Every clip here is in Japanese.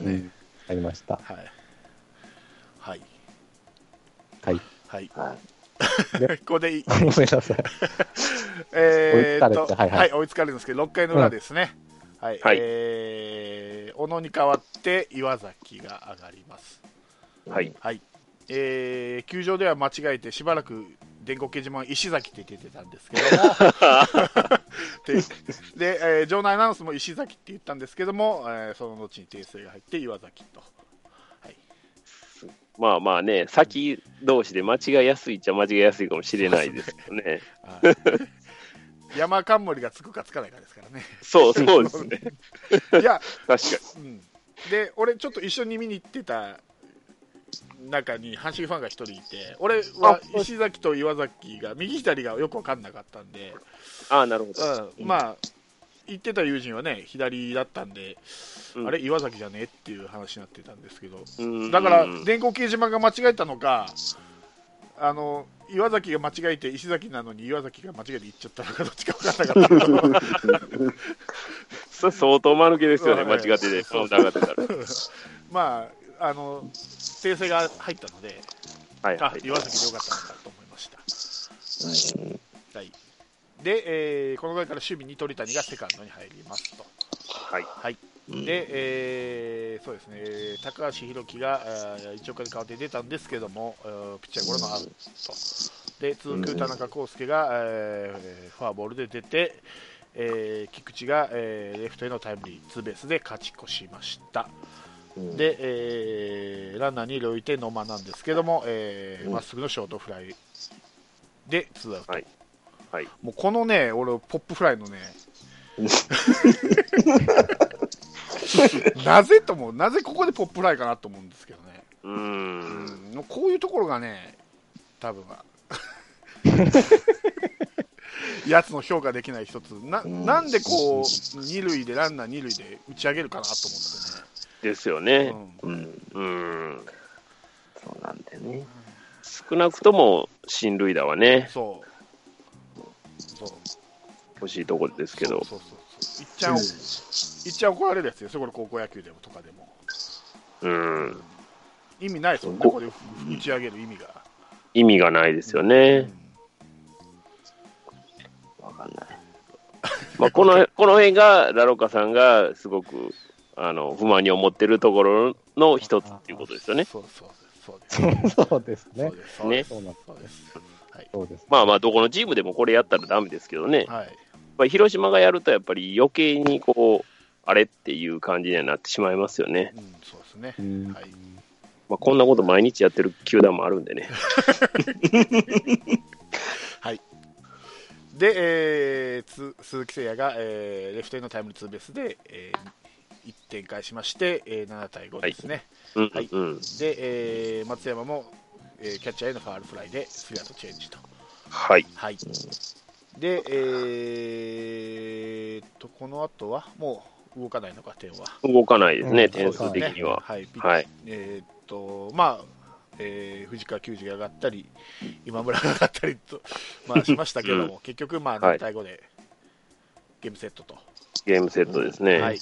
ね。ありました。はい。はい。はい。はい。でここでい、ごめんな さい。えー追いつかっれてと、はいはい追いつかれるんですけど、6回の裏ですね。はい。はいえー小野に代わって岩崎が上がります。はい。はい。えー球場では間違えてしばらく電光掲示板石崎って出てたんですけど もでで、えー場内アナウンスも石崎って言ったんですけども、えーその後に訂正が入って岩崎とまあまあね、先同士で間違いやすいっちゃ間違いやすいかもしれないですよね。はい山冠がつくかつかないかですからねそうそうですね。いや、確かうん、で俺ちょっと一緒に見に行ってた中に阪神ファンが一人いて俺は石崎と岩崎が右左がよく分かんなかったんで、に。ああ、なるほど。うん、まあ行ってた友人はね左だったんで、うんあれ岩崎じゃねっていう話になってたんですけどうんだからうん電光掲示板が間違えたのかあの岩崎が間違えて石崎なのに岩崎が間違えて行っちゃったのかどっちか分かんなかったけどそれ相当間抜けですよね、うん間違ってて、その長手たら。 まあ、あの、訂正が入ったので、はいあは、い。岩崎でよかったのかと思いました。はい。で、えーこの回から守備に鳥谷がセカンドに入りますと。はい。はい。で、えーそうですね、えー高橋宏樹が、あー一応から代わって出たんですけども、あーピッチャーゴロのアウト。で、続く田中康介が、えーフォアボールで出て、えー菊池が、えーレフトへのタイムリーツーベースで勝ち越しました。で、えーランナーに置いて野間なんですけども、えーまっすぐのショートフライでツーアウト、はいはいもうこのね、俺、ポップフライのね、 なぜと思う、なぜここでポップフライかなと思うんですけどね、うーん。うん、もうこういうところがね、多 分は。やつの評価できない一つな、なんでこう、二塁で、ランナー二塁で打ち上げるかなと思ですよってね。ね、うん。うん。そうなんだよね。少なくとも、進塁打はうん、ね、そう、そう、欲しいところですけど。そうそうそうそういっちゃん、いっちゃん怒られるやつですよ、これ高校野球でもとかでも。うん。意味ないですもんね、ここれ打ち上げる意味が。意味がないですようね。んわかんない。まあ、この、 この辺が、ラロカさんが、すごく、あの、不満に思ってるところの一つっていうことですよね。そうそうそうです。そうですそねう。です。そそうです。うなんそうです。はい。そうです。まあまあ、どこのチームでもこれやったらダメですけどね。はい。まあ、広島がやると、やっぱり余計にこう、あれっていう感じにはなってしまいますよね。うん、そうですねう。んはい。まあ、こんなこと毎日やってる球団もあるんでね。で、えーつ鈴木誠也が、えーレフトへのタイムリーツーベースで、え1点返しまして、えー7対5ですね。うん、はいうん。で、えー松山も、えーキャッチャーへのファールフライでスリーアウトチェンジと。はい。はい。で、えー、と、この後は、もう動かないのか、点は。動かないですね、うん点数的には。はい。ピッはい。えーっと、まあ、えー藤川球児が上がったり、今村が上がったりと、ま あ、しましたけども、結局、まあ、はい7対5で、ゲームセットと。ゲームセットですね。ははいい。。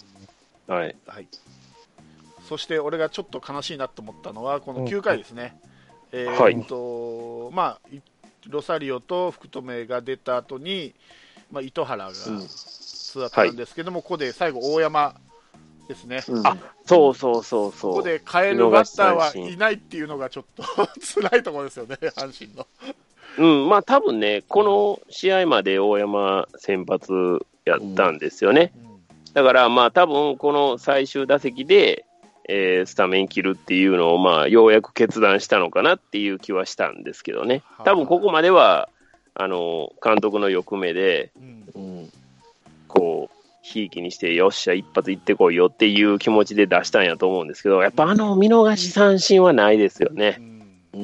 はい。そして、俺がちょっと悲しいなと思ったのは、こうのん9回ですね。えはーいっと、まあ、いロサリオと福留が出た後に、まあ、糸原がツーアウトなんですけども、ここで最後、大山ですね。うんあ、そうそうそうそう。ここで変えるバッターはいないっていうのがちょっと 辛いところですよね、阪神の。うん、まあ多分ね、この試合まで大山先発やったんですよね。だからまあ多分この最終打席で、えースタメン切るっていうのをまあようやく決断したのかなっていう気はしたんですけどねはあ。多分ここまでは、あの、監督の欲目で、うんうん。こう、ひいきにして、よっしゃ、一発行ってこいよっていう気持ちで出したんやと思うんですけど、やっぱあの見逃し三振はないですよねう。んう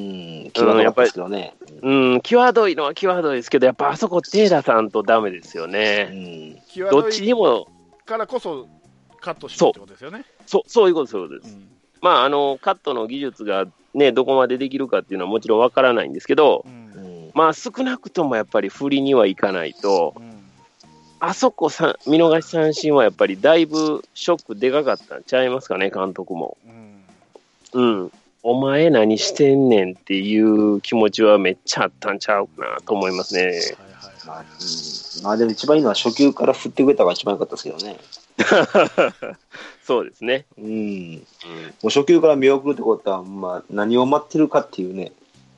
ん。際どかったですよね。うん、際どいのは際どいですけど、やっぱあそこ、テーダさんとダメですようね。ん。際どどっちにいも、からこそカットしてるってことですよね。そう、そういうこと、そういうことうです。んまあ、あの、カットの技術がね、どこまでできるかっていうのはもちろんわからないんですけどう、んうん。まあ、少なくともやっぱり振りにはいかないと、うんあそこさ見逃し三振はやっぱりだいぶショックでかかったんちゃいますかね、監督も。うんうん。お前何してんねんっていう気持ちはめっちゃあったんちゃうかなと思いますね。はいはいまあ、はういん、まあでも一番いいのは初級から振ってくれたのが一番良かったですけどね。そうですね。うん。もうん、う初級から見送るってことは、まあ何を待ってるかっていうね、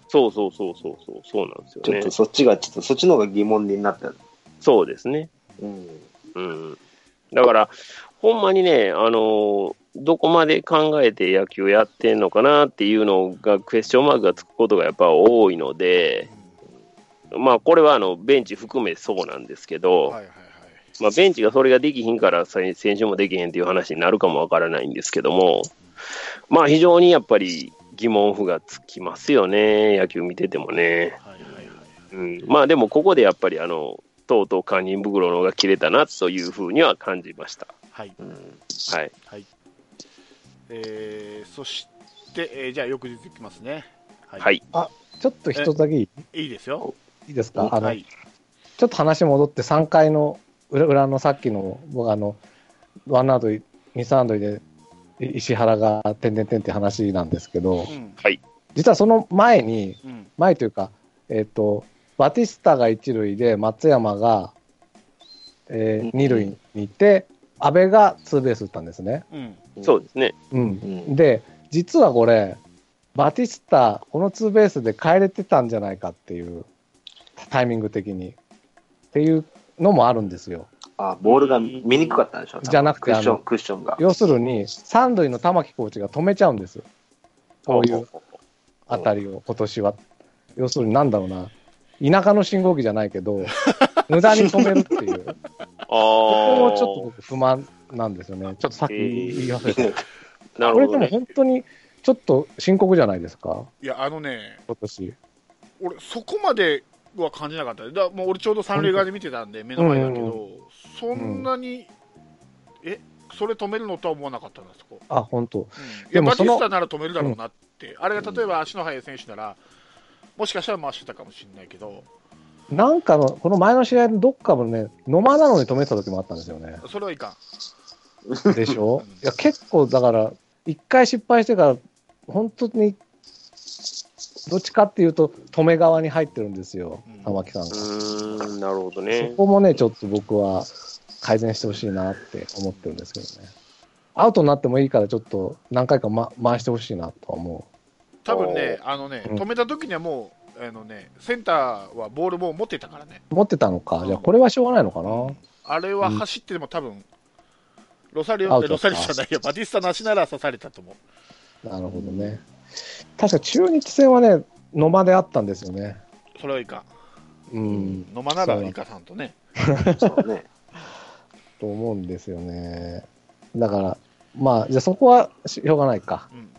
そうそうそうそうそう、そうなんですちょよっねと。そっちが、ちょっとそっちの方が疑問になった。そうですね。うん。うん。だから、ほんまにね、あの、どこまで考えて野球やってんのかなっていうのが、クエスチョンマークがつくことがやっぱ多いので、まあ、これはあのベンチ含めそうなんですけど、はいはいはいまあ、ベンチがそれができひんから、さ選手もできへんっていう話になるかもわからないんですけども、まあ、非常にやっぱり疑問符がつきますよね、野球見ててもね。はいはいはいうん、まあ、でもここでやっぱりあの、とうとう堪忍袋の方が切れたなというふうには感じました。はいうん。はい。はいえー、そして、えー、じゃあ翌日いきますねははい。ちょっと一つだけいいいいですよいいですかあの、はいちょっと話戻って3回の裏裏のさっきの僕あのワンアウト2、3塁でい石原が点々点って話なんですけどうん実はその前にうん前というか、えっとバティスタが一塁で松山が、えーうん二塁にいて阿部がツーベース打ったんですね。うんそうですね。うん、で実はこれバティスタこのツーベースで帰れてたんじゃないかっていうタイミング的にっていうのもあるんですよ。あ、ボールが見にくかったんでしょじゃなくてクッショあのン、クッションが。要するに三塁の玉木コーチが止めちゃうんですこういうあたりを今年は要するになんだろうな田舎の信号機じゃないけど無駄に止めるって いうこああ。こもちょっと僕不満なんですよねちょっとさっき言い忘れた、なこれでるほど、もね。本当にちょっと深刻じゃないですかいやあのね今年俺そこまでは感じなかっただからもう俺ちょうど三塁側で見てたんで目の前だけど、そんなに、えそれ止めるのとは思わなかったなそこ、あ本当うん、いでやもバテそィのスタなら止めるだろうなって、あれが例えば足の速い選手ならもしかしたら回してたかもしれないけどなんかのこの前の試合のどっかもね野間なのに止めてた時もあったんですよねそれはいかんでしょうん いや結構だから一回失敗してから本当にどっちかっていうと止め側に入ってるんですようん玉木さんうが、ーん、なるほどそね。こもねちょっと僕は改善してほしいなって思ってるんですけどねアウトになってもいいからちょっと何回か、ま、回してほしいなとは思多分ねあのねうん止めた時にはもうあのねセンターはボールもう持ってたからねう持ってたのかじゃあこれはしょうがないのかなあれは走ってでも多分、ロサリアオウトロサリオじゃないやバティスタの足なら刺されたと思うなるほどね確か中日戦はね野間であったんですよねそれはいかんうん野間ならイカさんとねそうね。と思うんですよね。だから、まあ、じゃあそこはしょうがないか。うん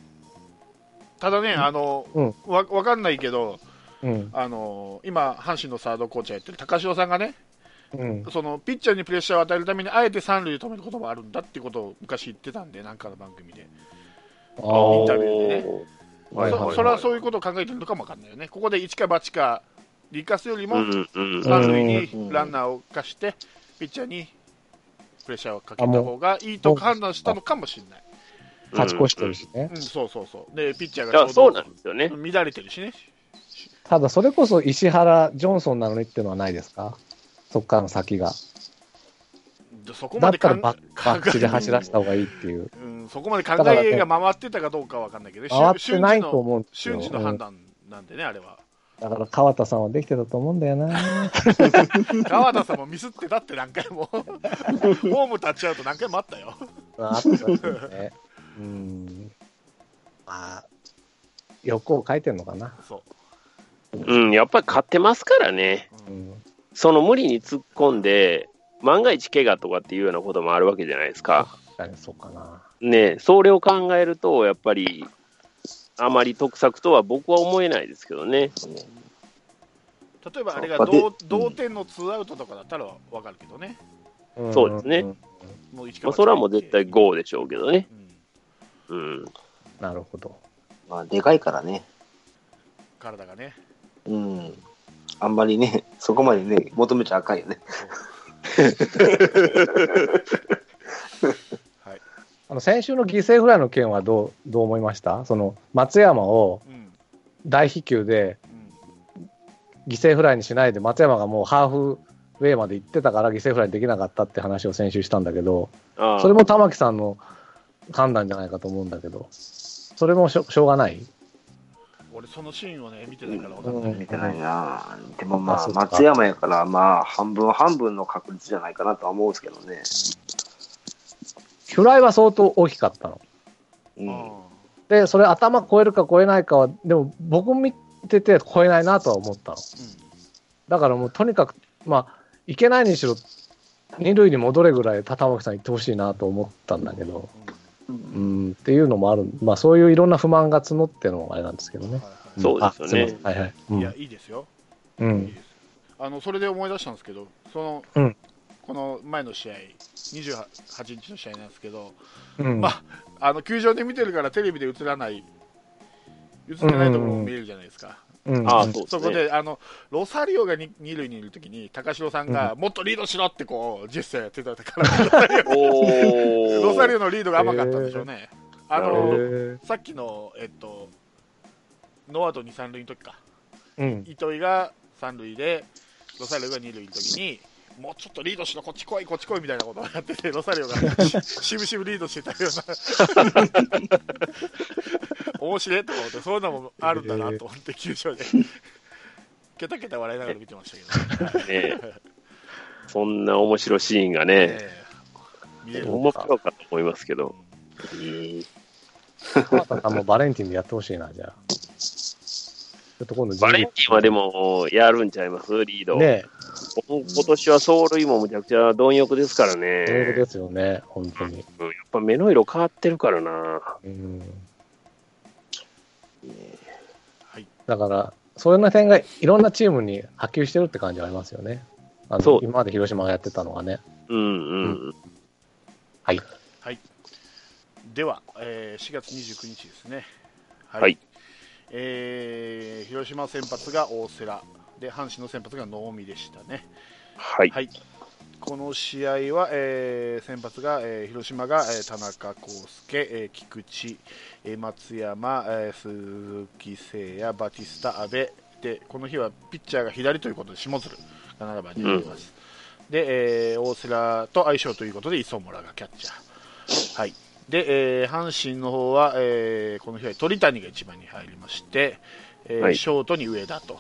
ただね、あの、うんわわかんないけど、うん。あの今、阪神のサードコーチやってる高城さんがね、うん。そのピッチャーにプレッシャーを与えるために、あえて三塁で止めることもあるんだっていうことを昔言ってたんで、なんかの番組で、あインタあビューでねおーはいはいはいそそれはそういうことを考えてるのかもわかんないよね、ここで一か八か、生かすよりうも、んうんうん。三塁うんにランナーを貸して、ピッチャーにプレッシャーをかけた方がいいと判断したのかもしれない、勝ち越してるしねう。ん、そうそうそう、で、ピッチャーだかがらちょそううどなんですよね。乱れてるしね。ただ、それこそ石原、ジョンソンなのにっていうのはないですかそこからの先が。そこだまっでたら考えバッバッチで走らせた方がいいっていう。うん、そこまで考えが回ってたかどうかは分かんないけど、回ってないとの思うんですよ。瞬時うのん判断なんでね、あれは。だから、川田さんはできてたと思うんだよ な。川田さんもミスってたって何回も、ホーム立っちゃうと何回もあったよ。あったですね。うん。まあ、欲を書いてるのかな。そうん、やっぱり勝ってますからね。う。ううんん。その無理に突っ込んで、万が一怪我とかっていうようなこともあるわけじゃないですか。確かにそうかな。ねえそれを考えると、やっぱり、あまり得策とは僕は思えないですけどね。そうね例えばあれがそう同で同点のツーアウトとかだったら分かるけどね、そうですねん。もう一かまあ、八それはもう絶対ゴーでしょうけどね。うん、うん。なるほど。まあ、でかいからね。体がね。うん。あんまりね、そこまでね、求めちゃあかんよね。はい。あの先週の犠牲フライの件はどうどう思いましたその松山をうん。大飛球でうん。犠牲フライにしないで松山がもうハーフウェイまで行ってたから犠牲フライできなかったって話を先週したんだけどああそれも玉木さんの判断じゃないかと思うんだけどそれもしょしょうがない俺、そのシーンをね、見てないから分かんない。見てないなでもあまあそうか松山やからまあ半分半分の確率じゃないかなとは思うんですけどね、フライは相当大きかったのうんあでそれ頭超えるか超えないかはでも僕見てて超えないなとは思ったのだからもうとにかくまあいけないにしろ二塁に戻れぐらい玉木さん行ってほしいなと思ったんだけどーうんっていうのもあるまあそういういろんな不満が募ってのあれなんですけどうんねはいそうですよねあいませんはいはいはいいや、いいですよ。うんういいんですあのそれで思い出したんですけど、その、うんこの前の試合、28日の試合なんですけど、うんまああの球場で見てるからテレビで映らない、映ってないところも見れるじゃないですか、うんああそうですそこね。であのロサリオがに二塁にいるときに、高城さんがもっとリードしろってこうジェスチャーやってた から、 おロサリーオのリードが甘かったんでしょうね。あなるほのどへえさっきの、えっと、ノーアウト2、3塁の時か、うん糸井が三塁で、ロサリオが二塁の時に、もうちょっとリードしろ、こっち来い、こっち来いみたいなことをやってて、ロサリオが しぶしぶリードしてたような、 面白いと思って、そういうのもあるんだなと思って、球場で、 ケタケタ笑いながら見てましたけど、ねそんな面白いシーンがね、ええ見れる面白かったと思いますけど、まああもうバレンティンでやってほしいなじゃあちょっと今度バレンティンはでもやるんちゃいます、リード。ね今年は走塁もむちゃくちゃ貪欲ですからえそういうことねで。すよね本当にうんやっぱ目の色変わってるからな。うんはいだから、そういうな点がいろんなチームに波及してるって感じはありますよね。あそうの今まで広島がやってたのはね。うんうん。はい。では、えー4月29日ですね、ははいえー広島先発が大瀬良で、阪神の先発が能見でしたね。はい。はい、この試合は、えー先発が、えー広島が、えー田中康介、えー菊池、えー松山、えー鈴木誠也、バティスタ、阿部でこの日はピッチャーが左ということで下鶴が7番に入ります、で、えー大瀬良と相性ということで磯村がキャッチャー。はいでえー阪神の方は、えーこの日は鳥谷が1番に入りまして、えーはいショートに上田と、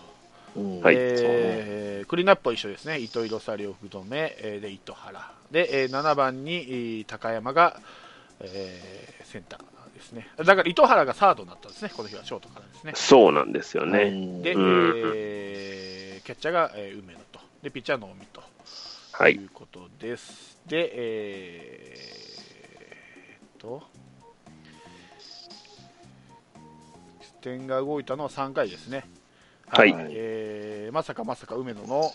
うんはいえークリーンアップは一緒ですね、糸井ロサリオ福留、えーで糸原で、えー7番にえー高山が、えーセンターですね、だから糸原がサードになったんですね、この日はショートからですね、そうなんですよね。で、ねうんえーキャッチャーが、えー梅野と、でピッチャーの近江と、、。はいいうことです。で、えー、と、点が動いたのは3回ですね。はいえーまさかまさか梅野の、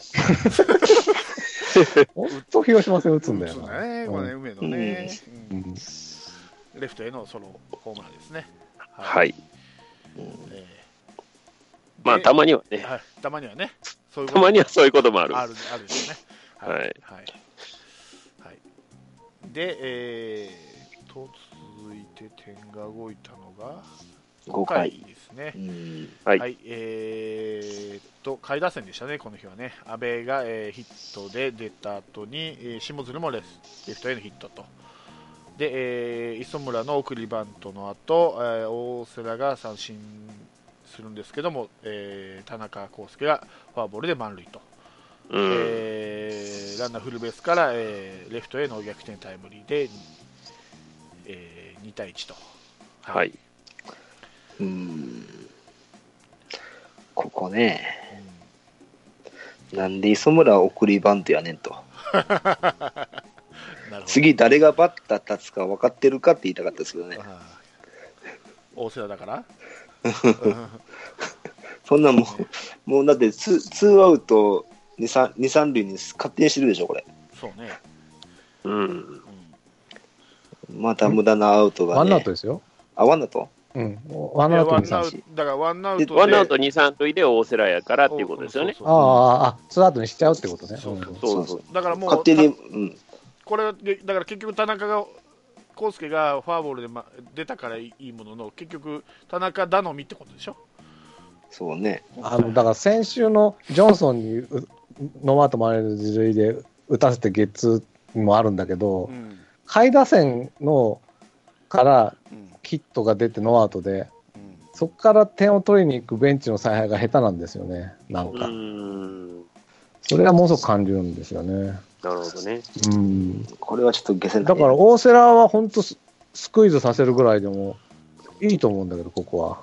本当広島戦打つんだよそうな。だね、これね、うん梅野ね、ううんんレフトへのソロホームランですね。。はいい。えーまあ、でたまにはね、はいたまにはね、そういうこたとまにはそういうこともある。あるあるですね。はいはい。はいはいで、えー、と続いて点が動いたのが5 5回回ですねう。んはいはい、えーっと、下位打線でしたね、この日はね、阿部が、えーヒットで出た後に、えー下鶴もレスレフトへのヒットと、で、えー磯村の送りバントの後、えー大瀬良が三振するんですけども、えー田中康介がフォアボールで満塁と、うん。えーランナーフルベースから、えーレフトへの逆転タイムリーで、えー2対1と。は。い。うんここねなんで磯村は送りバントやねんとうんなるほど次誰がバッター立つか分かってるかって言いたかったですけどねああ大瀬良だからそんなんもうもうだってツーツーアウト二三二三塁に勝手にしてるでしょこれそうね、うん。うんまた無駄なアウトが、ワね、ンアウトですよ。あワンアウトうん。ワンいアやウトワにンア三ウ振。トだからワンアウトでワンアウト2、3塁で大瀬良やからっていうことですよね。そうそうそうそうああ、あ、ツーアウトにしちゃうってことね。そうそうそうそう。だからもう勝手に、うん。これでだから結局田中が康介がフォアボールで、ま、出たからいいものの結局田中頼みってことでしょそうね。うんあの、だから先週のジョンソンにうノーアウトまでの自塁で打たせてゲッツーもあるんだけど、うん下位打線のからうんヒットが出てノーアウトで、うんそこから点を取りに行くベンチの采配が下手なんですよね。なんうか。ん。それはものすごく感じるんですよね。なるほどね。うん。これはちょっと下船だから、大瀬良は本当ススクイズさせるぐらいでもいいと思うんだけど、ここは。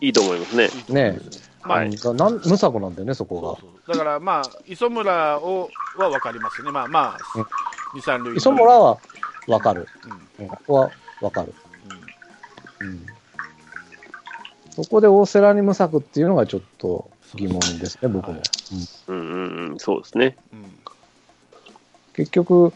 いいと思いますね。いいと思いますまあ、はいうんなん無策なんだよね、そそこうそうだからまあ磯村をは分かりますよねまあまうんあ二三塁が。磯村はわかる。うんうんうんここはわかる。うん。そこで大瀬良に無策っていうのがちょっと疑問ですね、僕も。はいうんうんうんうん、そうですね。うん結局、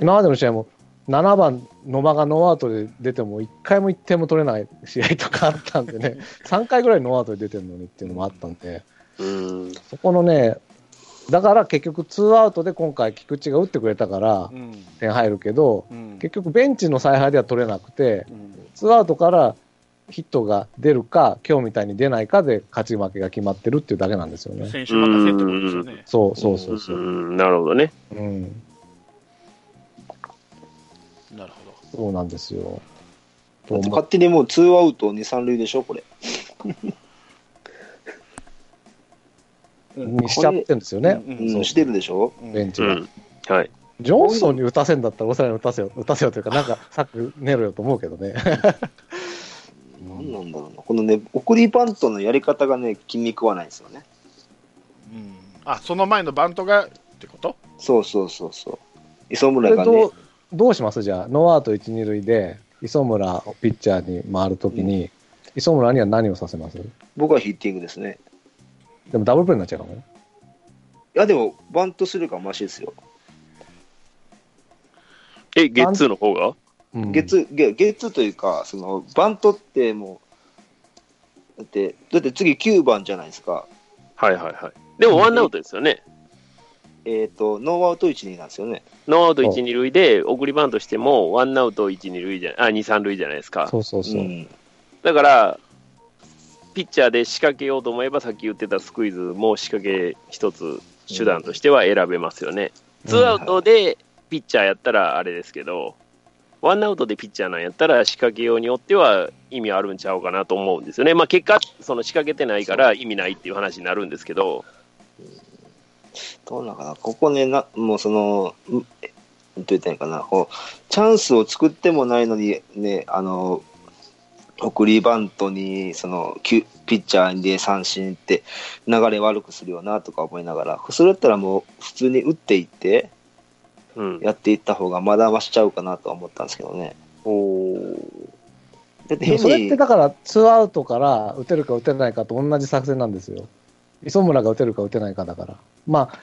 今までの試合も7番、野間がノーアウトで出ても1回も1点も取れない試合とかあったんで ね、3回ぐらいノーアウトで出てるのにっていうのもあったんで、うん。そこのね、だから結局、ツーアウトで今回、菊池が打ってくれたからう、ん点入るけど、うん結局、ベンチの采配では取れなくて、うんツーアウトからヒットが出るか、今日みたいに出ないかで勝ち負けが決まってるっていうだけなんですよね。選手任せってことですよねそうそうそううそう。ん、なるほどね。うん、なるほどそうなんですよ。と思う勝手にもうツーアウト2、3塁でしょ、これ。にしちゃってるんですよね、うんう、そうんしてるでしょ。うんベンチうが。ん。はい。ジョンソンに打たせんだったら、オセラに打たせよ、打たせよというか、なんか、さっき寝ろよと思うけどね。何なんだろうな。このね、送りバントのやり方がね、気に食わないんですよね。うんあその前のバントがってことそうそうそうそう。磯村これがどねう、どうしますじゃあ、ノーアウト1、2塁で、磯村をピッチャーに回るときに、磯村には何をさせます僕はヒッティングですね。でもダブルプレーになっちゃうかもね。いや、でも、バントするかマシですよ。え、ゲッツーの方がうんゲッツー、ゲゲッツーというか、その、バントってもう、だって、だって次9番じゃないですか。はいはいはい。でもワンアウトですよね。えっ、と、ノーアウト1、2なんですよね。ノーアウト1、2塁で送りバントしても、ワンアウト1、2塁じゃ、あ、2、3塁じゃないですかそ。うそうそう。ん。だから、ピッチャーで仕掛けようと思えば、さっき言ってたスクイズも仕掛け一つ手段としては選べますよね。ツーアウトでピッチャーやったらあれですけど、ワンアウトでピッチャーなんやったら仕掛けようによっては意味あるんちゃうかなと思うんですよね。まあ結果、その仕掛けてないから意味ないっていう話になるんですけど、どうなのかな、ここね、なもうその、んどう言ったらいいのかな、こう、チャンスを作ってもないのに、ね、あの、送りバントに、その、きゅピッチャーで三振って、流れ悪くするよなとか思いながら、それだったらもう、普通に打っていって、うん。やっていった方が、まだ増しちゃうかなとは思ったんですけどね。おだってでも変それっにて、だから、ツーアウトから打てるか打てないかと同じ作戦なんですよ。磯村が打てるか打てないかだから。まあ、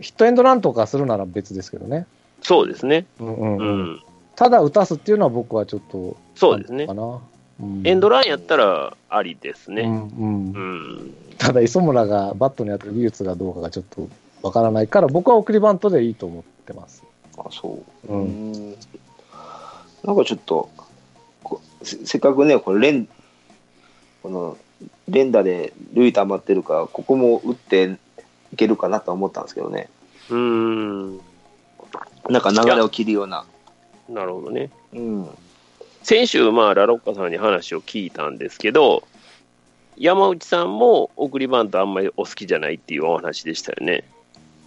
ヒットエンドランとかするなら別ですけどね。そうですね。うんうんううんん。ただ打たすっていうのは僕はちょっと、そうですねか。な。うんエンドランやったらありですうね。んうんうん。ただ磯村がバットに当てる技術がどうかがちょっとわからないから、僕は送りバントでいいと思ってます。あ、そう。う。うんんなんかちょっとこせせっかくねこれ連この連打で塁溜まってるからここも打っていけるかなとは思ったんですけどねうん。なんか流れを切るような、なるほどね。うん、先週、まあ、ラロッカさんに話を聞いたんですけど、山内さんも送りバントあんまりお好きじゃないっていうお話でしたよね。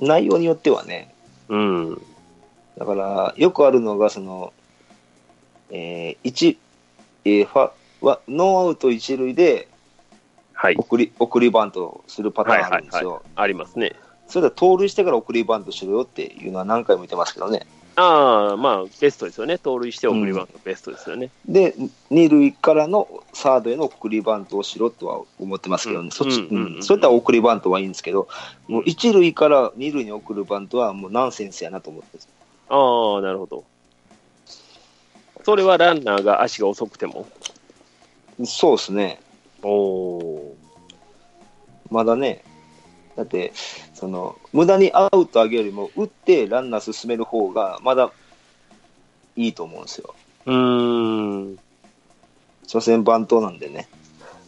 内容によってはねうん。だからよくあるのがその、えー、一えーファはノーアウト一塁ではい。送り送りバントをするパターンあるんですよ、ありますね。それでは盗塁してから送りバントしろよっていうのは何回も言ってますけどねああ、まあ、ベストですよね。盗塁して送りバント、ベストですよね。で、二塁からのサードへの送りバントをしろとは思ってますけどね、うんそっち、うんうんうんそういったら送りバントはいいんですけど、もう一塁から二塁に送るバントはもうナンセンスやなと思ってますああ、なるほど。それはランナーが足が遅くても。そうですね。おおまだね。だって、その、無駄にアウト上げるよりも、打ってランナー進める方が、まだいいと思うんですよ。ー。うーん。所詮番頭なんでね。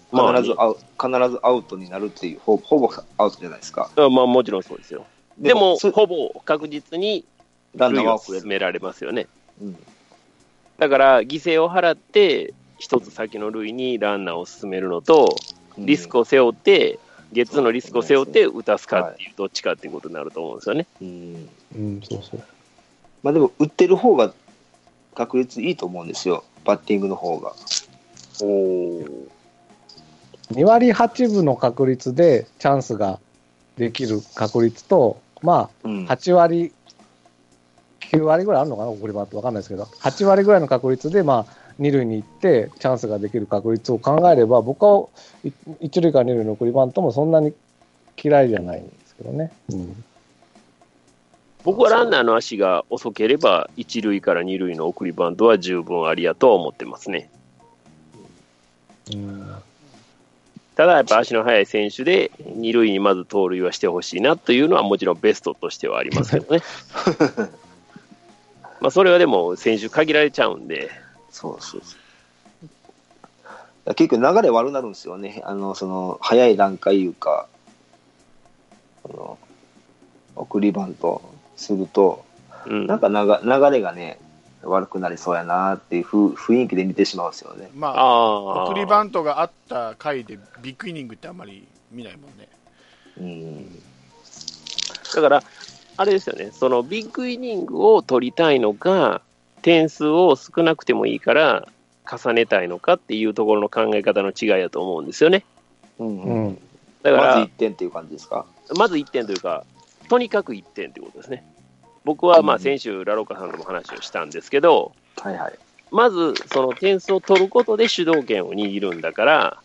必まあずアウ,、必ずアウトになるっていうほ、ほぼアウトじゃないですか。あまあもちろんそうですよ。でも、そほぼ確実にランナー塁はを遅れ進る。められますよね。うんだから、犠牲を払って、一つ先の塁にランナーを進めるのと、リスクを背負って、ゲッツーのリスクを背負って打たすかっていう、どっちかっていうことになると思うんですよね。うんうん、そうそう。まあでも、打ってる方が確率いいと思うんですよ。バッティングの方が。おお。 2割8分の確率でチャンスができる確率と、まうあ、ん8割、9割ぐらいあるのかな、送りバントわかんないですけど、8割ぐらいの確率で、まあ、二塁に行って、チャンスができる確率を考えれば、僕はい一塁から二塁の送りバントもそんなに嫌いじゃないんですけどね。うん。僕はランナーの足が遅ければ、一塁から二塁の送りバントは十分ありやとは思ってますね。うん、ただ、やっぱ足の速い選手で、二塁にまず盗塁はしてほしいなというのは、もちろんベストとしてはありますけどね。まあそれはでも、選手限られちゃうんで、そうそうそう。結局流れ悪なるんですよね。あの、その、早い段階いうか、あの、送りバントすると、うん、なんかなが流れがね、悪くなりそうやなっていうふ雰囲気で見てしまうんですよね。まあ、あー送りバントがあった回でビッグイニングってあんまり見ないもんね。うん。だから、あれですよね、そのビッグイニングを取りたいのか、点数を少なくてもいいから重ねたいのかっていうところの考え方の違いだと思うんですよね。ううんうんん。だかまずら1、点っていう感じですかまず1点というか、とにかく1点ということですね。僕はまうあん先週、ラロカさんとも話をしたんですけど、はいはい。まずその点数を取ることで主導権を握るんだから、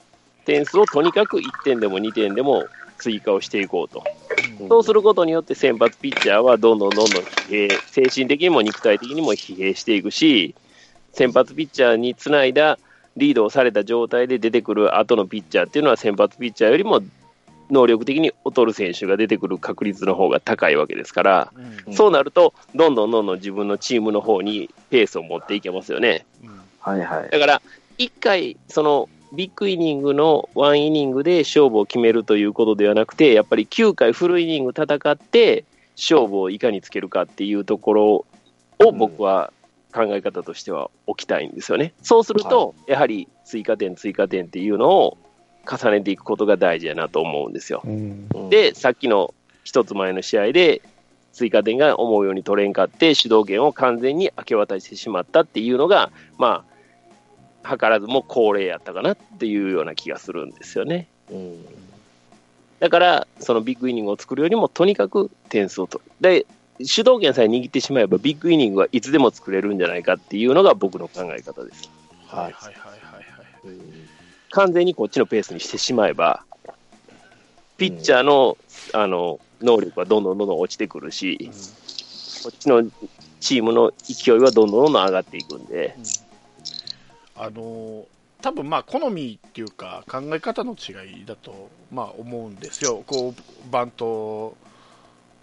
点数をとにかく1点でも2点でも追加をしていこうと。そうすることによって先発ピッチャーはどんどんどんどん疲弊、精神的にも肉体的にも疲弊していくし、先発ピッチャーにつないだリードをされた状態で出てくる後のピッチャーっていうのは先発ピッチャーよりも能力的に劣る選手が出てくる確率の方が高いわけですから、うんうんそうなると、どんどんどんどん自分のチームの方にペースを持っていけますよね。うんはいはい。だから、一回、そのビッグイニングのワンイニングで勝負を決めるということではなくて、やっぱり9回フルイニング戦って、勝負をいかにつけるかっていうところを僕は考え方としては置きたいんですよね。そうすると、やはり追加点、追加点っていうのを重ねていくことが大事やなと思うんですよ。うん。うん、で、さっきの一つ前の試合で、追加点が思うように取れんかって、主導権を完全に明け渡してしまったっていうのが、まあ、図らずも恒例やったかなっていうような気がするんですよね。うん、だから、そのビッグイニングを作るよりも、とにかく点数を取る。で、主導権さえ握ってしまえば、ビッグイニングはいつでも作れるんじゃないかっていうのが僕の考え方です。ははいいはいはいはいはい。完全にこっちのペースにしてしまえば、ピッチャーの,、あの能力はどんどんどんどん落ちてくるし、こっちのチームの勢いはどんどんどんどん上がっていくんで、あのー多分まあ好みっていうか考え方の違いだとまあ思うんですよ、こうバント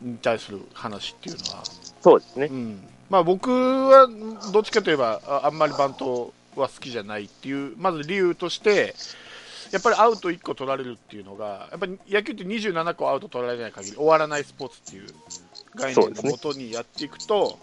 に対する話っていうのは。そうですねう。んまあ、僕はどっちかといえばああんまりバントは好きじゃないっていう、まず理由として、やっぱりアウト1個取られるっていうのが、やっぱり野球って27個アウト取られない限り終わらないスポーツっていう概念のもとにやっていくと、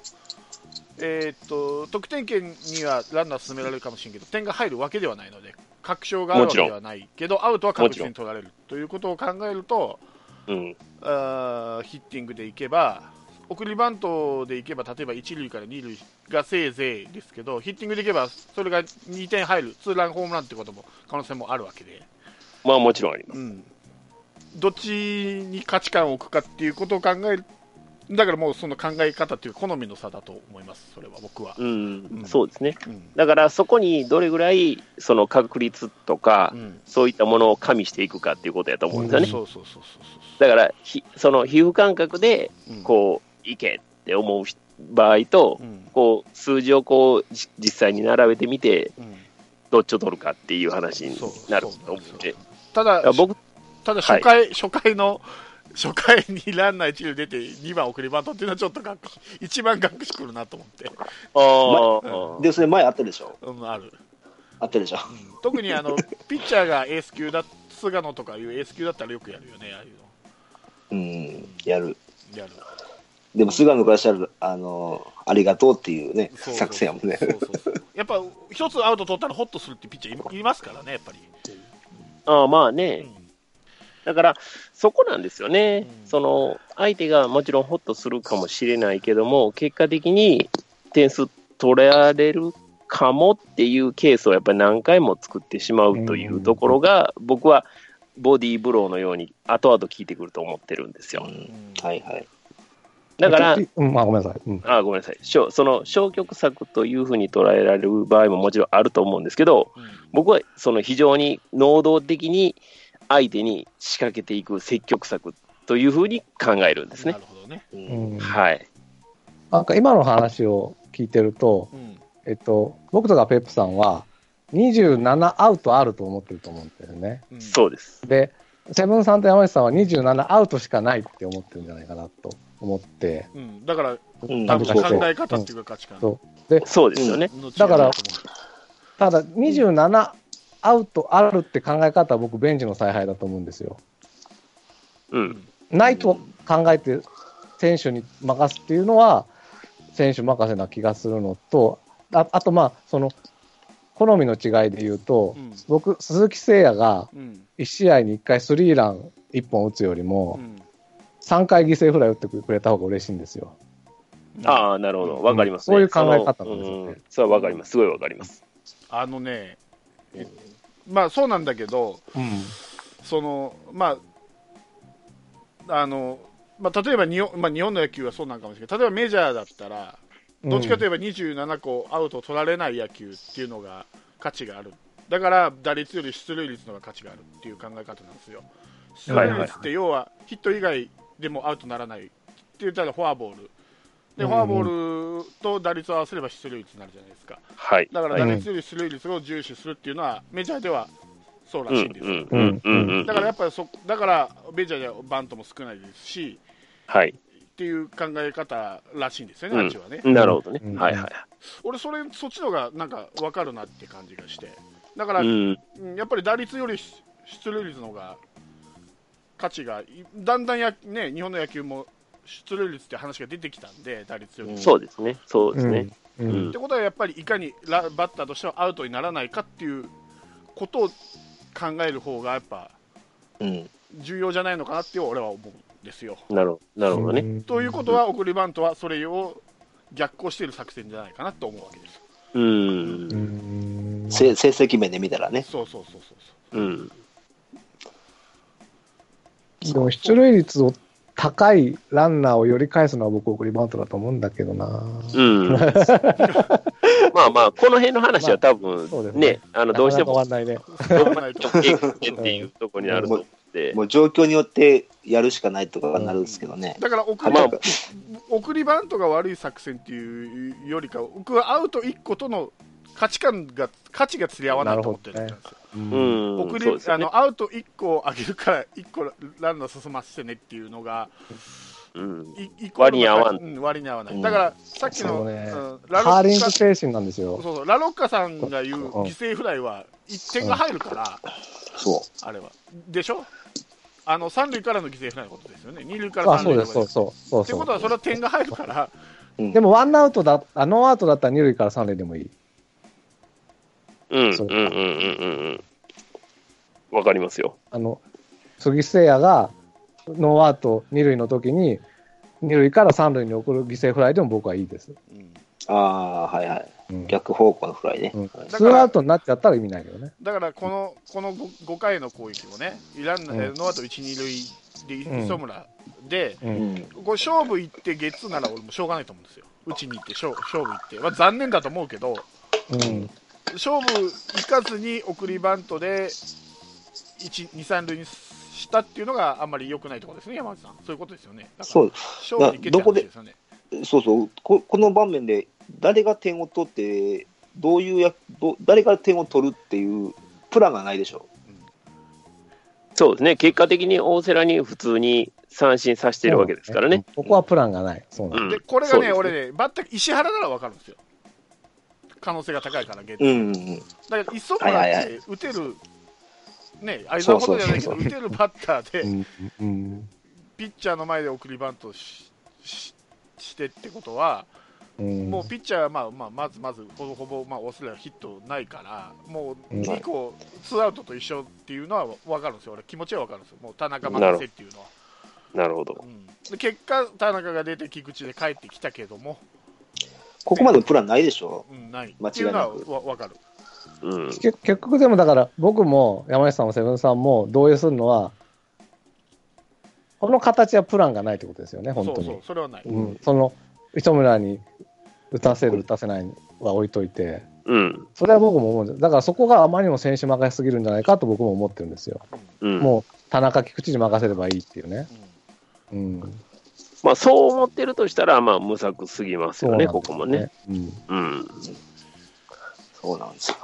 えーっと得点圏にはランナー進められるかもしれんけど、点が入るわけではないので、確証があるわけではないけど、アウトは確実に取られるということを考えると、うん。あーヒッティングでいけば送りバントでいけば例えば一塁から二塁がせいぜいですけどヒッティングでいけばそれが2点入るツーランホームランってことも可能性もあるわけで、まあもちろんありまうん、どっちに価値観を置くかっていうことを考えるだからもうその考え方っていう好みの差だと思いますそれは僕はす。。うん、うんそうですね。うんだからそこにどれぐらいその確率とか、うんそういったものを加味していくかっていうことやと思うんですよね。そうそうそうそうだからひ、その皮膚感覚で、そう、うんこう、いけって思うひ場合とう、んこう数字をこうじ実際に並べてみてうんどっちを取るかっていう話になると思うんで。ただだから、僕、ただ初回、初回の、初回にランナー1塁出て2番送りバントっていうのはちょっと学一番学士くるなと思って、ああ、で、それ前あったでしょうん、ある、あったでしょうん特にあのピッチャーがエース級だ菅野とかいうエース級だったらよくやるよねああいううん、やる。のやるでも、菅野からしたら、あの、ありがとうっていうね、そうそう作戦やもんねそ。うそうそうやっぱ一つアウト取ったらホッとするってピッチャーいますからねやっぱり、ああまあうね。んだから、そこなんですよねう。んその、相手がもちろんホッとするかもしれないけども、結果的に点数取られるかもっていうケースをやっぱり何回も作ってしまうというところが、僕はボディーブローのように後々効いてくると思ってるんですうよ。んはいはい。だから、うん、まあごめんなさい。うん。あごめんなさい、しょその消極策というふうに捉えられる場合ももちろんあると思うんですけど、うん僕はその非常に能動的に相手に仕掛けていく積極策というふうに考えるんですなねる。ほどね、ううんん、はい、なんか今の話を聞いてると、うんえっと、僕とかペップさんは、27アウトあると思ってると思うんだよね。うん、そうです。で、セブンさんと山内さんは27アウトしかないって思ってるんじゃないかなと思って、う、ん、だからうん多なる分ほど考え方っていうか価値観そうそうですよね。の違いだからと思ただ、27アウトあるって考え方は僕、ベンチの采配だと思うんですよ。うん、ないと考えて選手に任すっていうのは、選手任せな気がするのと、ああと、まあ、その、好みの違いで言うと、ううん僕、鈴木誠也がうん1試合に1回スリーラン1本打つよりうも、ん3回犠牲フライ打ってくれた方が嬉しいんですよ。ああ、なるほど、わかります、ねうんそういう考え方なんですよねそのうんそれはわかります、すごいわかります。あのね、えまあそうなんだけど、そのまああのまあ、例えば日本,、まあ、日本の野球はそうなんかもしれないけど例えばメジャーだったらどっちかといいうえば27個アウトを取られない野球っていうのが価値があるだから打率より出塁率の方が価値があるっていう考え方なんですよ出はいは塁いはい率って要はヒット以外でもアウトならないって言ったらフォアボールうでんフォアボールと打率を合わせれば出塁率になるじゃないですかはい。だからは打い率より出塁率を重視するっていうのはメジャーではそうらうんしいんですよ、うんうんうんうん。だからやっぱりそだからメジャーではバントも少ないですしはい。っていう考え方らしいんですよね、うあっちはね。ん、なるほどね。うんはいはい。俺それ、そっちの方がなんか分かるなって感じがして、だから、ううんん、やっぱり打率より出出塁率の方が価値がい、だんだんや、ね、日本の野球も出塁率って話が出てきたんで、打率より。うんっそうですね、そうですね。うんうんてことはやっぱりいかにラバッターとしてはアウトにならないかっていうことを考える方がやっぱうん。重要じゃないのかなって俺は思うんですよ。なるほどなるほどね。ということは、送りバントはそれを逆行している作戦じゃないかなと思うわけです。うんう。んせ成績面で見たらね。そうそうそうそううん。でも出塁率を高いランナーをより返すのは僕、送りバントだと思うんだけどな。 うん。まあまあ、この辺の話は多分、そうですねね、あの、どうしても、なかなか終わんないね。そう。そうないと直径っていうところにあると思 って、もう状況によってやるしかないとかになるんですけどね。だから送まり,、まあ送りバントが悪い作戦っていうよりか、僕はアウト1個との価値観が価値が釣り合わないと思ってるんですよ。ううんん。送りそうですあよね。のアウト1個を上げるから1個ランナー進ませてねっていうのがうん。い一個割に合わんうん割に合わない、うんだからさっきのそうねうんカラローリンッカグ精神なんですそうよ。そうラロッカさんが言ううん犠牲フライは1点が入るから、そあれは。でしょあの三塁からの犠牲フライのことですよね、二塁からあ、三そう塁です、そうそうそうってそことう。は、それは点が入るから、う。うんでも、ワンアウトだ、あノーアウトだったら二塁から三塁でもいい。うん。うん。そうん。ううん。うん。わかりますよ。あの、杉誠也がノーアウト二塁の時に、二塁から三塁に送る犠牲フライでも僕はいいです。ああ、はいはい。うん逆方向のフライね。うんはいツーアウトになっちゃったら意味ないけどね。だからこのこの 5, 回の攻撃もね、ランナーうんノーアウト1、2塁うでん磯村で、う。うんん。これ勝負行ってゲッツーなら俺もしょうがないと思うんですよ、打ちに行って勝勝負行って、まあ、残念だと思うけど、うん。勝負行かずに送りバントで1、2、3塁にしたっていうのがあんまり良くないところですね、山内さん、そういうことですよね。だからそう、勝負に行けって話ですよね。そうそうこ。この場面で誰が点を取ってどういうやどう誰から点を取るっていうプランがないでしょそうですね、結果的に大瀬良に普通に三振させてるわけですからね。ここはプランがない。そうなんうでんでこれがそうね、ですね俺ね、バッター石原なら分かるんですよ。可能性が高いから、現う。在。んうんうん、だけど、磯村はいっはいて打てる、ね、あいつのことじゃないけど、そう打てるバッターすで、ね。うんうんピッチャーの前で送りバントしししてってことは、うんもうピッチャーは、まあまあ、まずまずほぼほぼ、まあ、オーストラリアヒットないから、もううん2個、ツーアウトと一緒っていうのは分かるんですよ、俺、気持ちは分かるんですよ、もう田中任せっていうのは。なるほど。うんで結果、田中が出て菊池で帰ってきたけども、ここまでのプランないでしょうん、ない間違いなくっていうのはわ分かる。うん。け結局でもだから僕も山下さんもセブンさんも同意するのはこの形はプランがないってことですよね本当にそううそう、それはない。ん、その磯村に打たせる打たせないは置いといてうん。それは僕も思うんですだからそこがあまりにも選手任せすぎるんじゃないかと僕も思ってるんですよ、うん。もう田中菊池に任せればいいっていうね、うんうん、まあ、そう思ってるとしたら、まあ、無策すぎますそうなよんね、ですここもね。、うん、うん。そうなんですよ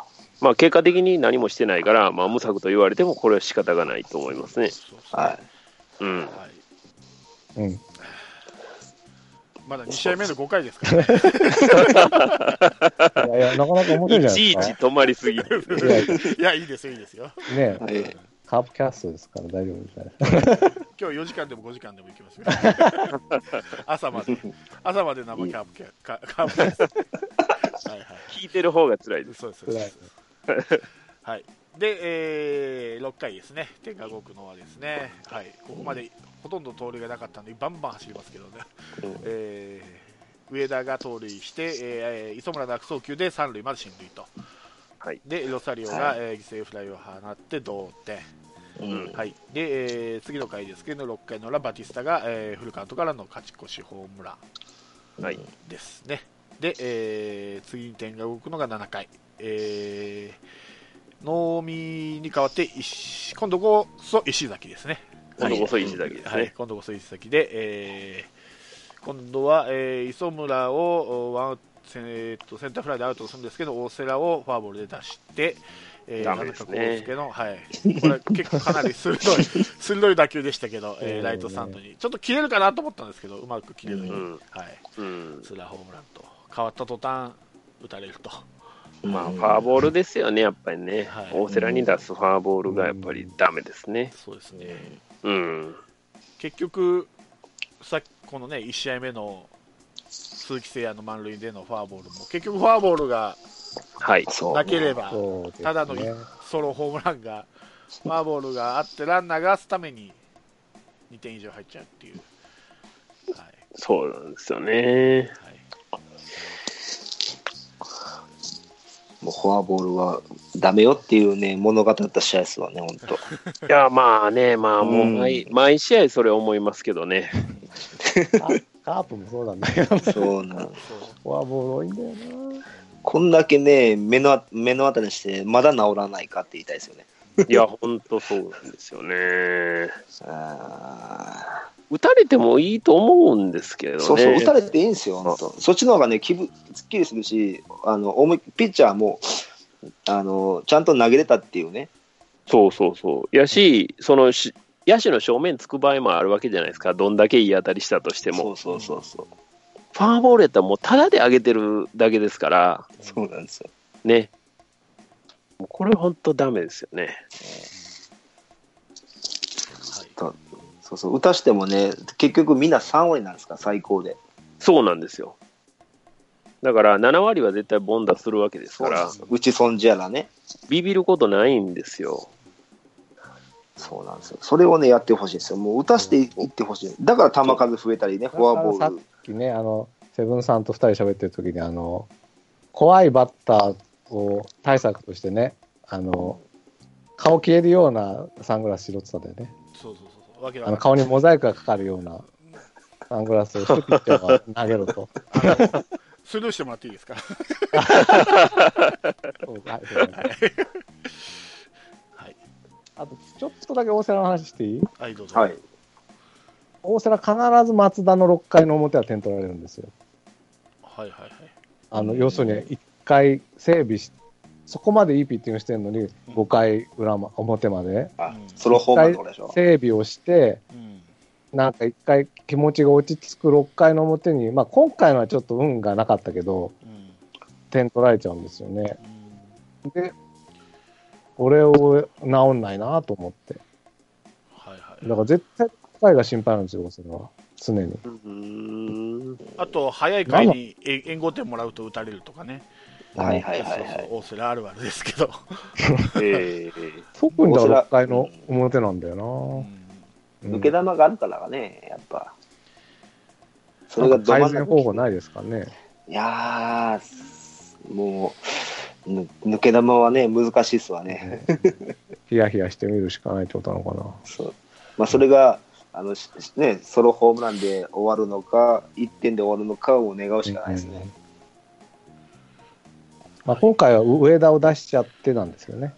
まあ、結果的に何もしてないから、まあ、無策と言われても、これは仕方がないと思いますね。そうそうはうん。はいうん、まだ2試合目の5回ですからね。いやいやなかなか面白いいじゃないちでいすかち止まりすぎる。いやいやいや、いいですよ、いいですよ。ねい、はい、カープキャストですから大丈夫みたいな今日4時間でも5時間でも行きますよ。朝まで、朝まで生キャープキャカカープキャストはいはい。聞いてる方が辛いです。そうですそうです。 はい。で、えー、6回ですね。天下五区のはですね。はい。ここまでほとんど盗塁がなかったんで、バンバン走りますけどね。えー上田が盗塁して、えー磯村の悪送球で三塁まで進塁と。はいで、ロサリオが、はいえー犠牲フライを放って同点。うんはい、で、えー次の回ですけど、6回の裏、バティスタが、えーフルカウントからの勝ち越しホームラはい。ンですね。で、えー次に点が動くのが7回、えー、能見に代わって石、今度こそ石崎ですね。今度こそ石崎ですはい、ね。今度こそ石崎で、えー今度は、えー磯村をおワンアウトセンえーっとセンターフライでアウトするんですけど、大瀬良をフォアボールで出して、えー、ダメですね田中康介の、はい、これは結構かなり鋭い 鋭い打球でしたけど、えーライトスタンドに、ちょっと切れるかなと思ったんですけど、うまく切れずに、うんはい、うん。ツーランホームランと、変わった途端打たれると、まあ、ファーボールですよね、やっぱりねはい。大瀬良に出すファーボールがやっぱりダメですね。そうですね、うん。結局、さっきこのね1試合目の鈴木誠也の満塁でのフォアボールも、結局、フォアボールがはい。そうなければ、そうですねただのソロホームランが、フォアボールがあって、ランナーが出すために2点以上入っちゃうっていう。はいそうなんですよね。 はいもうフォアボールはダメよっていうね物語った試合ですわね本当いや、まあね、まあもう毎、毎試合それ思いますけどね。カープもそうなんだ けど、 ね、そうなんそうフォアボール多いんだよな。こんだけね目の目の当たりにしてまだ治らないかって言いたいですよねい や、本当そうなんですよね。あ打たれてもいいと思うんですけどーね。そうそう、打たれていいんですよ、本当そっちの方がね、気分すっきりするし、あの思いピッチャーもあのちゃんと投げれたっていうね、そうそうそうやし、そのし、野手の正面つく場合もあるわけじゃないですか。どんだけいい当たりしたとしてそも。うそうそうそう、ファーボールやったらもうただで上げてるだけですから、そうなんですよ。ね。もうこれ本当ダメですよね。はいとそうそう打たしてもね、結局みんな3割なんですか、最高で。そうなんですよ。だから7割は絶対ボンダするわけですそかうなんらです、よ打ち損じやらね、ビビることないんですよ。そうなんですよ。それをね、やってほしいんですよ。もう打たしていってほしい。だから球数増えたりね、フォアボさーっル。きね、あの、セブンさんと二人喋ってる時に、あの、怖いバッターを対策としてね、あの、顔消えるようなサングラスしろって言ったんだよね。そうそうそう。わけわあかんのな顔にいモザイクがかかるようなサングラスをしてピッチャーが投げろと。スルーしてもらっていいですかそうはいそうはい。あと、ちょっとだけ大瀬良の話していいはい、どうぞ。はい。大瀬良必ず松田の6回の表は点取られるんですよ。はいはいはい。あの、要するに、い回整備し、そこまでいいピッティングしてるのに、5回裏ま、表まで、あうんソロホームランのとこでしょ。整備をして、うんなんか1回気持ちが落ち着く6回の表に、まあ今回のはちょっと運がなかったけど、うん点取られちゃうんですよね。うんで、これを治んないなと思って。はいはいだから絶対、回が心配なんですよ、それは。常に。うーんあと、早い回にえ援護点もらうと打たれるとかね、はいはいそうはいはそ。いうオセラあるあるですけど、えー特にだから6回うのん表なんだよな、うんうん抜け玉があるからね、やっぱ。それがど真改ん善中方法ないですか ね。いやー、もう、ぬ抜け玉はね、難しいっすわね。ヒヤヒヤしてみるしかないってことなのかな。そうまあ、それが、あのししね、ソロホームランで終わるのか、1点で終わるのかを願うしかないですね。まあ、今回は上田を出しちゃってなんですよね。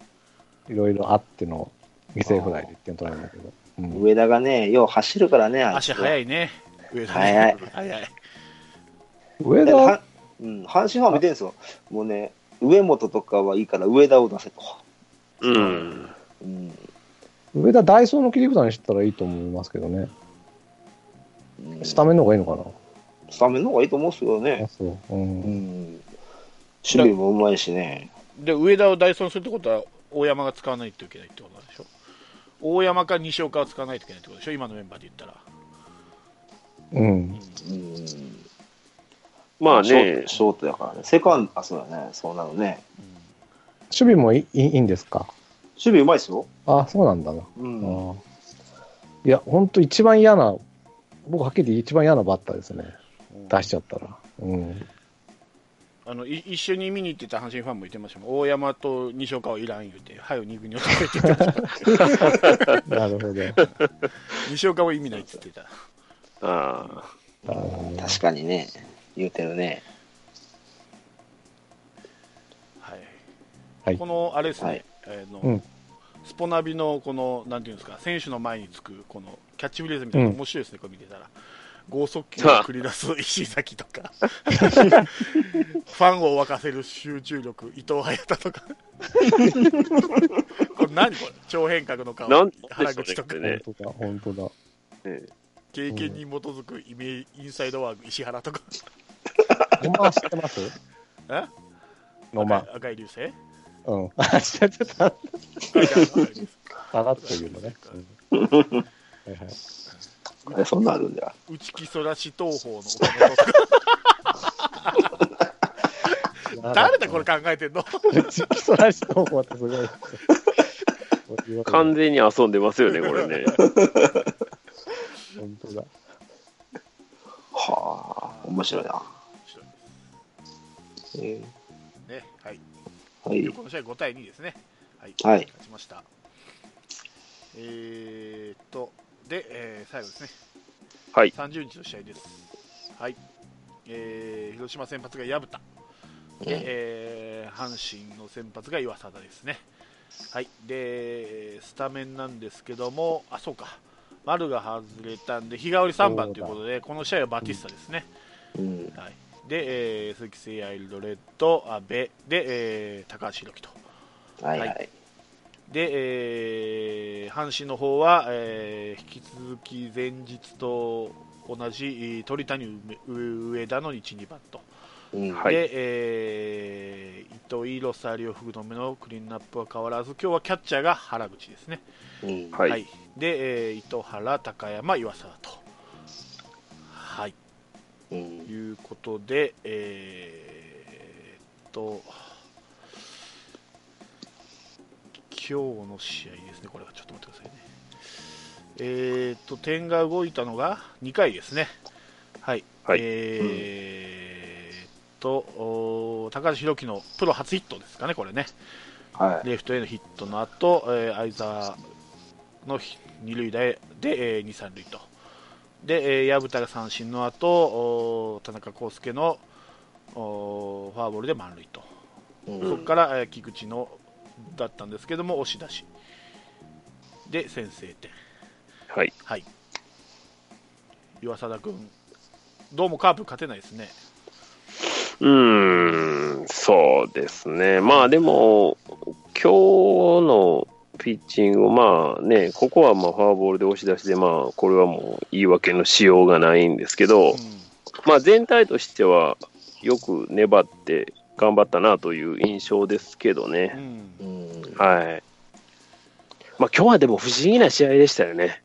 いろいろあっての犠牲フライで1点取られるんだけど。うん上田がね、よう走るからね、足早い。いね、上田ね早い早い、上で田ははうん、阪神ファン見てるんですよ。もうね、上本とかはいいから上田を出せと。うん。うん上田ダイソーの切り札にしてたらいいと思いますけどね。うんスタメンの方がいいのかスタメンの方がいいと思うんですよな。あね。そう。うんう。ん。守備もうまいしね。で上田をダイソンするってことは、大山が使わないといけないってことなんでしょ、大山か西岡は使わないといけないってことでしょ、今のメンバーで言ったら。うん。うん。まあショーねト、ショートやからね。セカンド、あ、そうだね。そうなのね。守備もいいいいんですか守備うまいですよ。あ、そうなんだな。うん。ああいや、本当一番嫌な、僕はっきり言って一番嫌なバッターですね。うん出しちゃったら。 うん。あのい一緒に見に行ってた阪神ファンも言ってましたもん大山と西岡はいらん言うて、早く二軍に落ちてって 言ってましたなるほど。 西岡は意味ないって言ってた。あ確かにね。言うてるね。はいはいこのあれですね、はいえーのうんスポナビのこのなんていうんですか選手の前につくこのキャッチフレーズみたいなの面白いですね、これ見てたら。剛速球を繰り出す石井崎 とか、ファンを沸かせる集中力、伊藤隼太 とか、これ何これ、超変革の顔あ。なん、で原しょう口ねとこかれ、ね本。当だ、本当だ。経験に基づくイメージインサイドワーク、石原とか、野間知ってますえ野間赤。い赤い流星うん。 あ、知ってた。赤い赤い流星下がっていうのね。うんはいはいえ、そんなんあるんだよ。内木そらし東方の岡本とか 誰だこれ考えてんの直そらしと思ってすごい。完全に遊んでますよね、これ ね。本当だ。はあ。面白いな。えねはい、ーはというい。この試合5対2ですね、はい、はい勝ちました。えー、っと、で、えー最後ですね、はい30日の試合です、はいえー広島先発が薮田、でえー阪神の先発が岩貞ですね、はい、でスタメンなんですけども、あそうか、丸が外れたんで、日替わり3番ということで、この試合はバティスタですね。うん。はい、で、えー鈴木誠也、エルドレッド、阿部で、えー高橋宏樹と。はいはい。で、えー阪神の方は、えー引き続き前日と同じえー鳥谷上上田の1、2番と、うんはいでえー糸井、ロサリオ、福留のクリーンナップは変わらず、今日はキャッチャーが原口ですね、うんはい。でえー糸原、高山、岩沢と。はいうんということで、えーっと、今日の試合ですね、これはちょっと待ってくださいね。えーっと、点が動いたのが2回ですね。はい。はいえーっと、おー高橋宏樹のプロ初ヒットですかね、これね。はい。レフトへのヒットの後、えー、相澤のひ二塁打で、えー、二三塁と。で、えー、薮田が三振の後、おー田中康介のおーフォアボールで満塁と。うんそこから、えー、菊池のだったんですけども、押し出し。で、先制点。はい。はい。岩貞君、どうもカープ勝てないですね。うーん、そうですね、まあでも、今日のピッチングを、まあね、ここはまあフォアボールで押し出しで、まあ、これはもう言い訳のしようがないんですけど、まあ、全体としては、よく粘って頑張ったなという印象ですけどうね、んう、ん。はいまあ今日はでも不思議な試合でしたよね。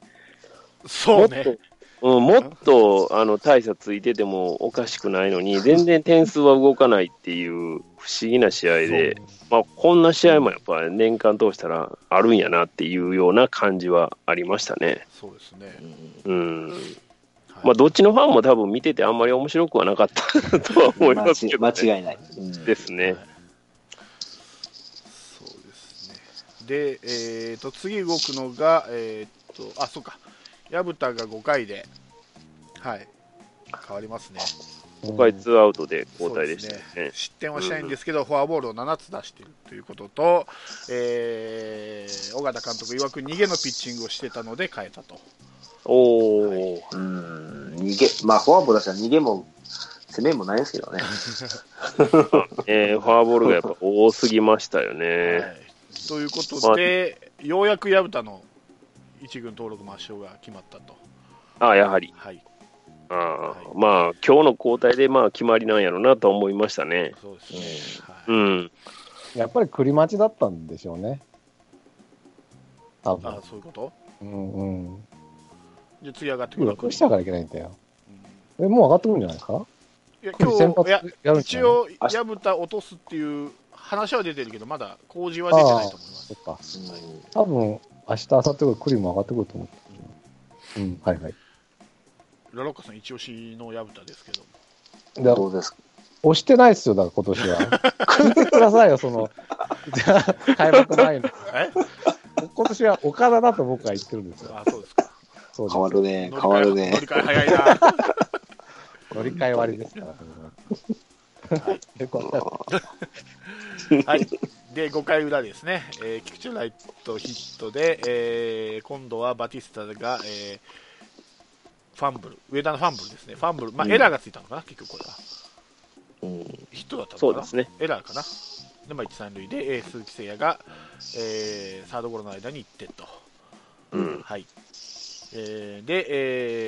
そうね。うん、もっとあの大差ついててもおかしくないのに、全然点数は動かないっていう不思議な試合で、まあ、こんな試合もやっぱり年間通したらあるんやなっていうような感じはありましたね。そうですね。うん。はいまあ、どっちのファンも多分見ててあんまり面白くはなかった とは思い間ますちけど、間ね。い違いない。うんですね。そうですね。で、えー、と次動くのが、えー、とあ、そうか、薮田が5回で、はい、変わりますね。うん今回ツーアウトで交代でしたよそうね。失点はしないんですけど、フォアボールを7つ出しているということと、えー、尾形監督曰く逃げのピッチングをしてたので変えたと。おはー、うん。逃げ、まあ、フォアボールだしたら逃げも、攻めもないですけどね。えーフォアボールがやっぱ多すぎましたよ はね。い、ということで、ようやく薮田の一軍登録抹消が決まったと。あやはり。はい、あーいまあ、今日の交代でまあ決まりなんやろなと思いましたね。そうですね。はいうん。やっぱり栗町だったんでしょうね。多分あ。そういうことうんうん。じゃあ次上がってくるの6したからいけないんだよ。うんえ、もう上がってくるんじゃないですかいや栗先今日いや発やるんじゃな一い応、薮田落とすっていう話は出てるけど、まだ工事は出てないと思いますそ。っか。うん多分、明日、明後日ぐらい栗も上がってくると思う。うん、はいはい。ラロッカさん、一押しの薮田ですけど、でどうですか押してないっすよ、だから今年は。 聞いてくださいよ、その、じゃあ開幕前の。え今年は岡田だと僕は言ってるんですよ。あそうですか、そうです変わるね、乗り変わる換えね乗り。換え早いな、乗り換え割りですから。 はいよかったはい、で5回裏ですね、えー、菊池ライトヒットで、えー今度はバティスタが、えーファンブル、上田のファンブルですね、ファンブル、まあ、うんエラーがついたのかな、結局これは、うんヒットだったのかそな。うですね。エラーかな。で、まあ、一三塁で、えー鈴木誠也が、えーサードゴロの間に1点と。うん。はい。えーで、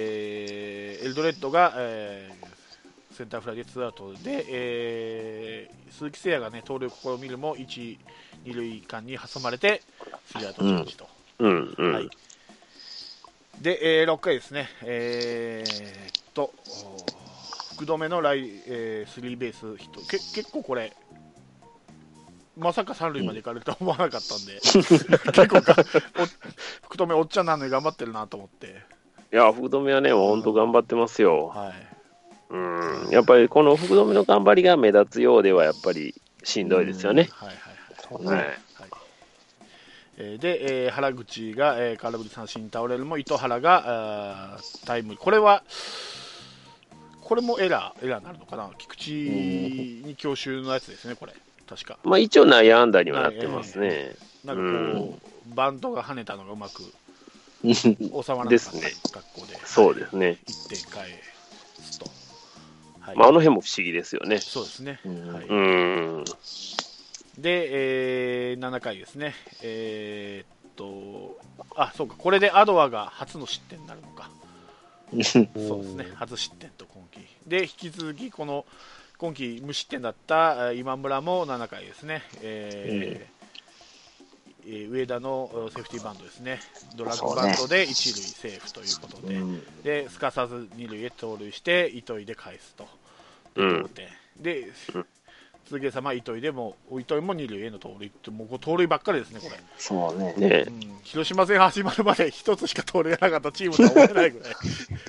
えーエルドレッドが、えーセンターフライでツーアウトで、えー鈴木誠也がね、盗塁を試みるも、1、2塁間に挟まれて、スリーアウトの形と。うん。うん。はいで、えー6回ですね、えーっと、おー福留のライ、えースリーベースヒット、け結構これ、まさか三塁まで行かれるとは思わなかった んで、結構かお福留、おっちゃんなのに頑張ってるなと思って、いや、福留はね、もう本当頑張ってますよ。はい、うん。やっぱりこの福留の頑張りが目立つようでは、やっぱりしんどいですよね。はいはいはいそうはねい。はいえーで、えー原口が、えー空振り三振に倒れるも糸原があータイムこれはこれもエラーエラーになるのかな菊池に強襲のやつですねこれ確かまあ、一応内野安打にはなってますね。なんかこう、バントが跳ねたのがうま く収まらなかったですね格好でそうですね。 1点返すと、はいまあ、あの辺も不思議ですよね。そうですね、うんはいうん。で、えー7回ですね、えーっと、あそうか、これでアドアが初の失点になるのか、そうですね、初失点と今季、で、引き続き、この今季無失点だったえー今村も7回ですね、えーえー上田のえーセーフティーバントですね、ドラッグバントで1塁セーフということで、うんで、すかさず2塁へ盗塁して、糸井で返すと。う同ん。点でうん、鈴木様、糸井でも、糸井も二塁への盗塁って、もうこう盗塁ばっかりですね、これ、そうね。ねうん広島戦始まるまで一つしか盗塁がなかったチームとは思えないぐ らい、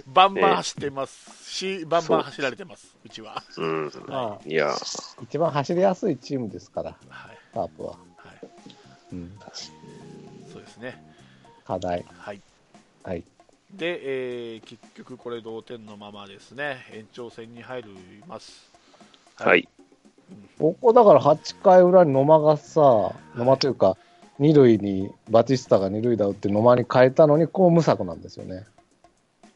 バンバン走ってますし、バンバン走られてます、うちは。うん。まいや、あ、一番走りやすいチームですから、はいカープは。はい、うん、そうですね、課題。はいはい。で、えー結局、これ、同点のままですね、延長戦に入ります。はい。ここだから8回裏に野間がさ、野間というか、二塁にバティスタが二塁打打って野間に変えたのに、こう無策なんですよね。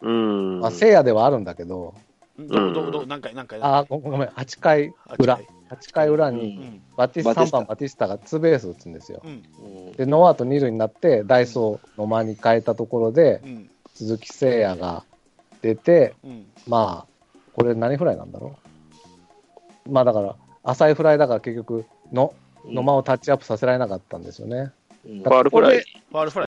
うん。まあ、聖夜ではあるんだけど、どこどこどこ何回、何回、あー、ごごめん、8回あ裏違う。 8回裏うにんバティスバティ3スタ番バティスタがツーベース打つんですよ。うんうんで、ノーアウト2塁になって、ダイソーの間に変えたところで、うん鈴木誠也が出て、うんまあ、これ何フライなんだろう。まあだから、浅いフライだから結局の、野間をタッチアップさせられなかったんですよね。うんファールフライ。ファールフライ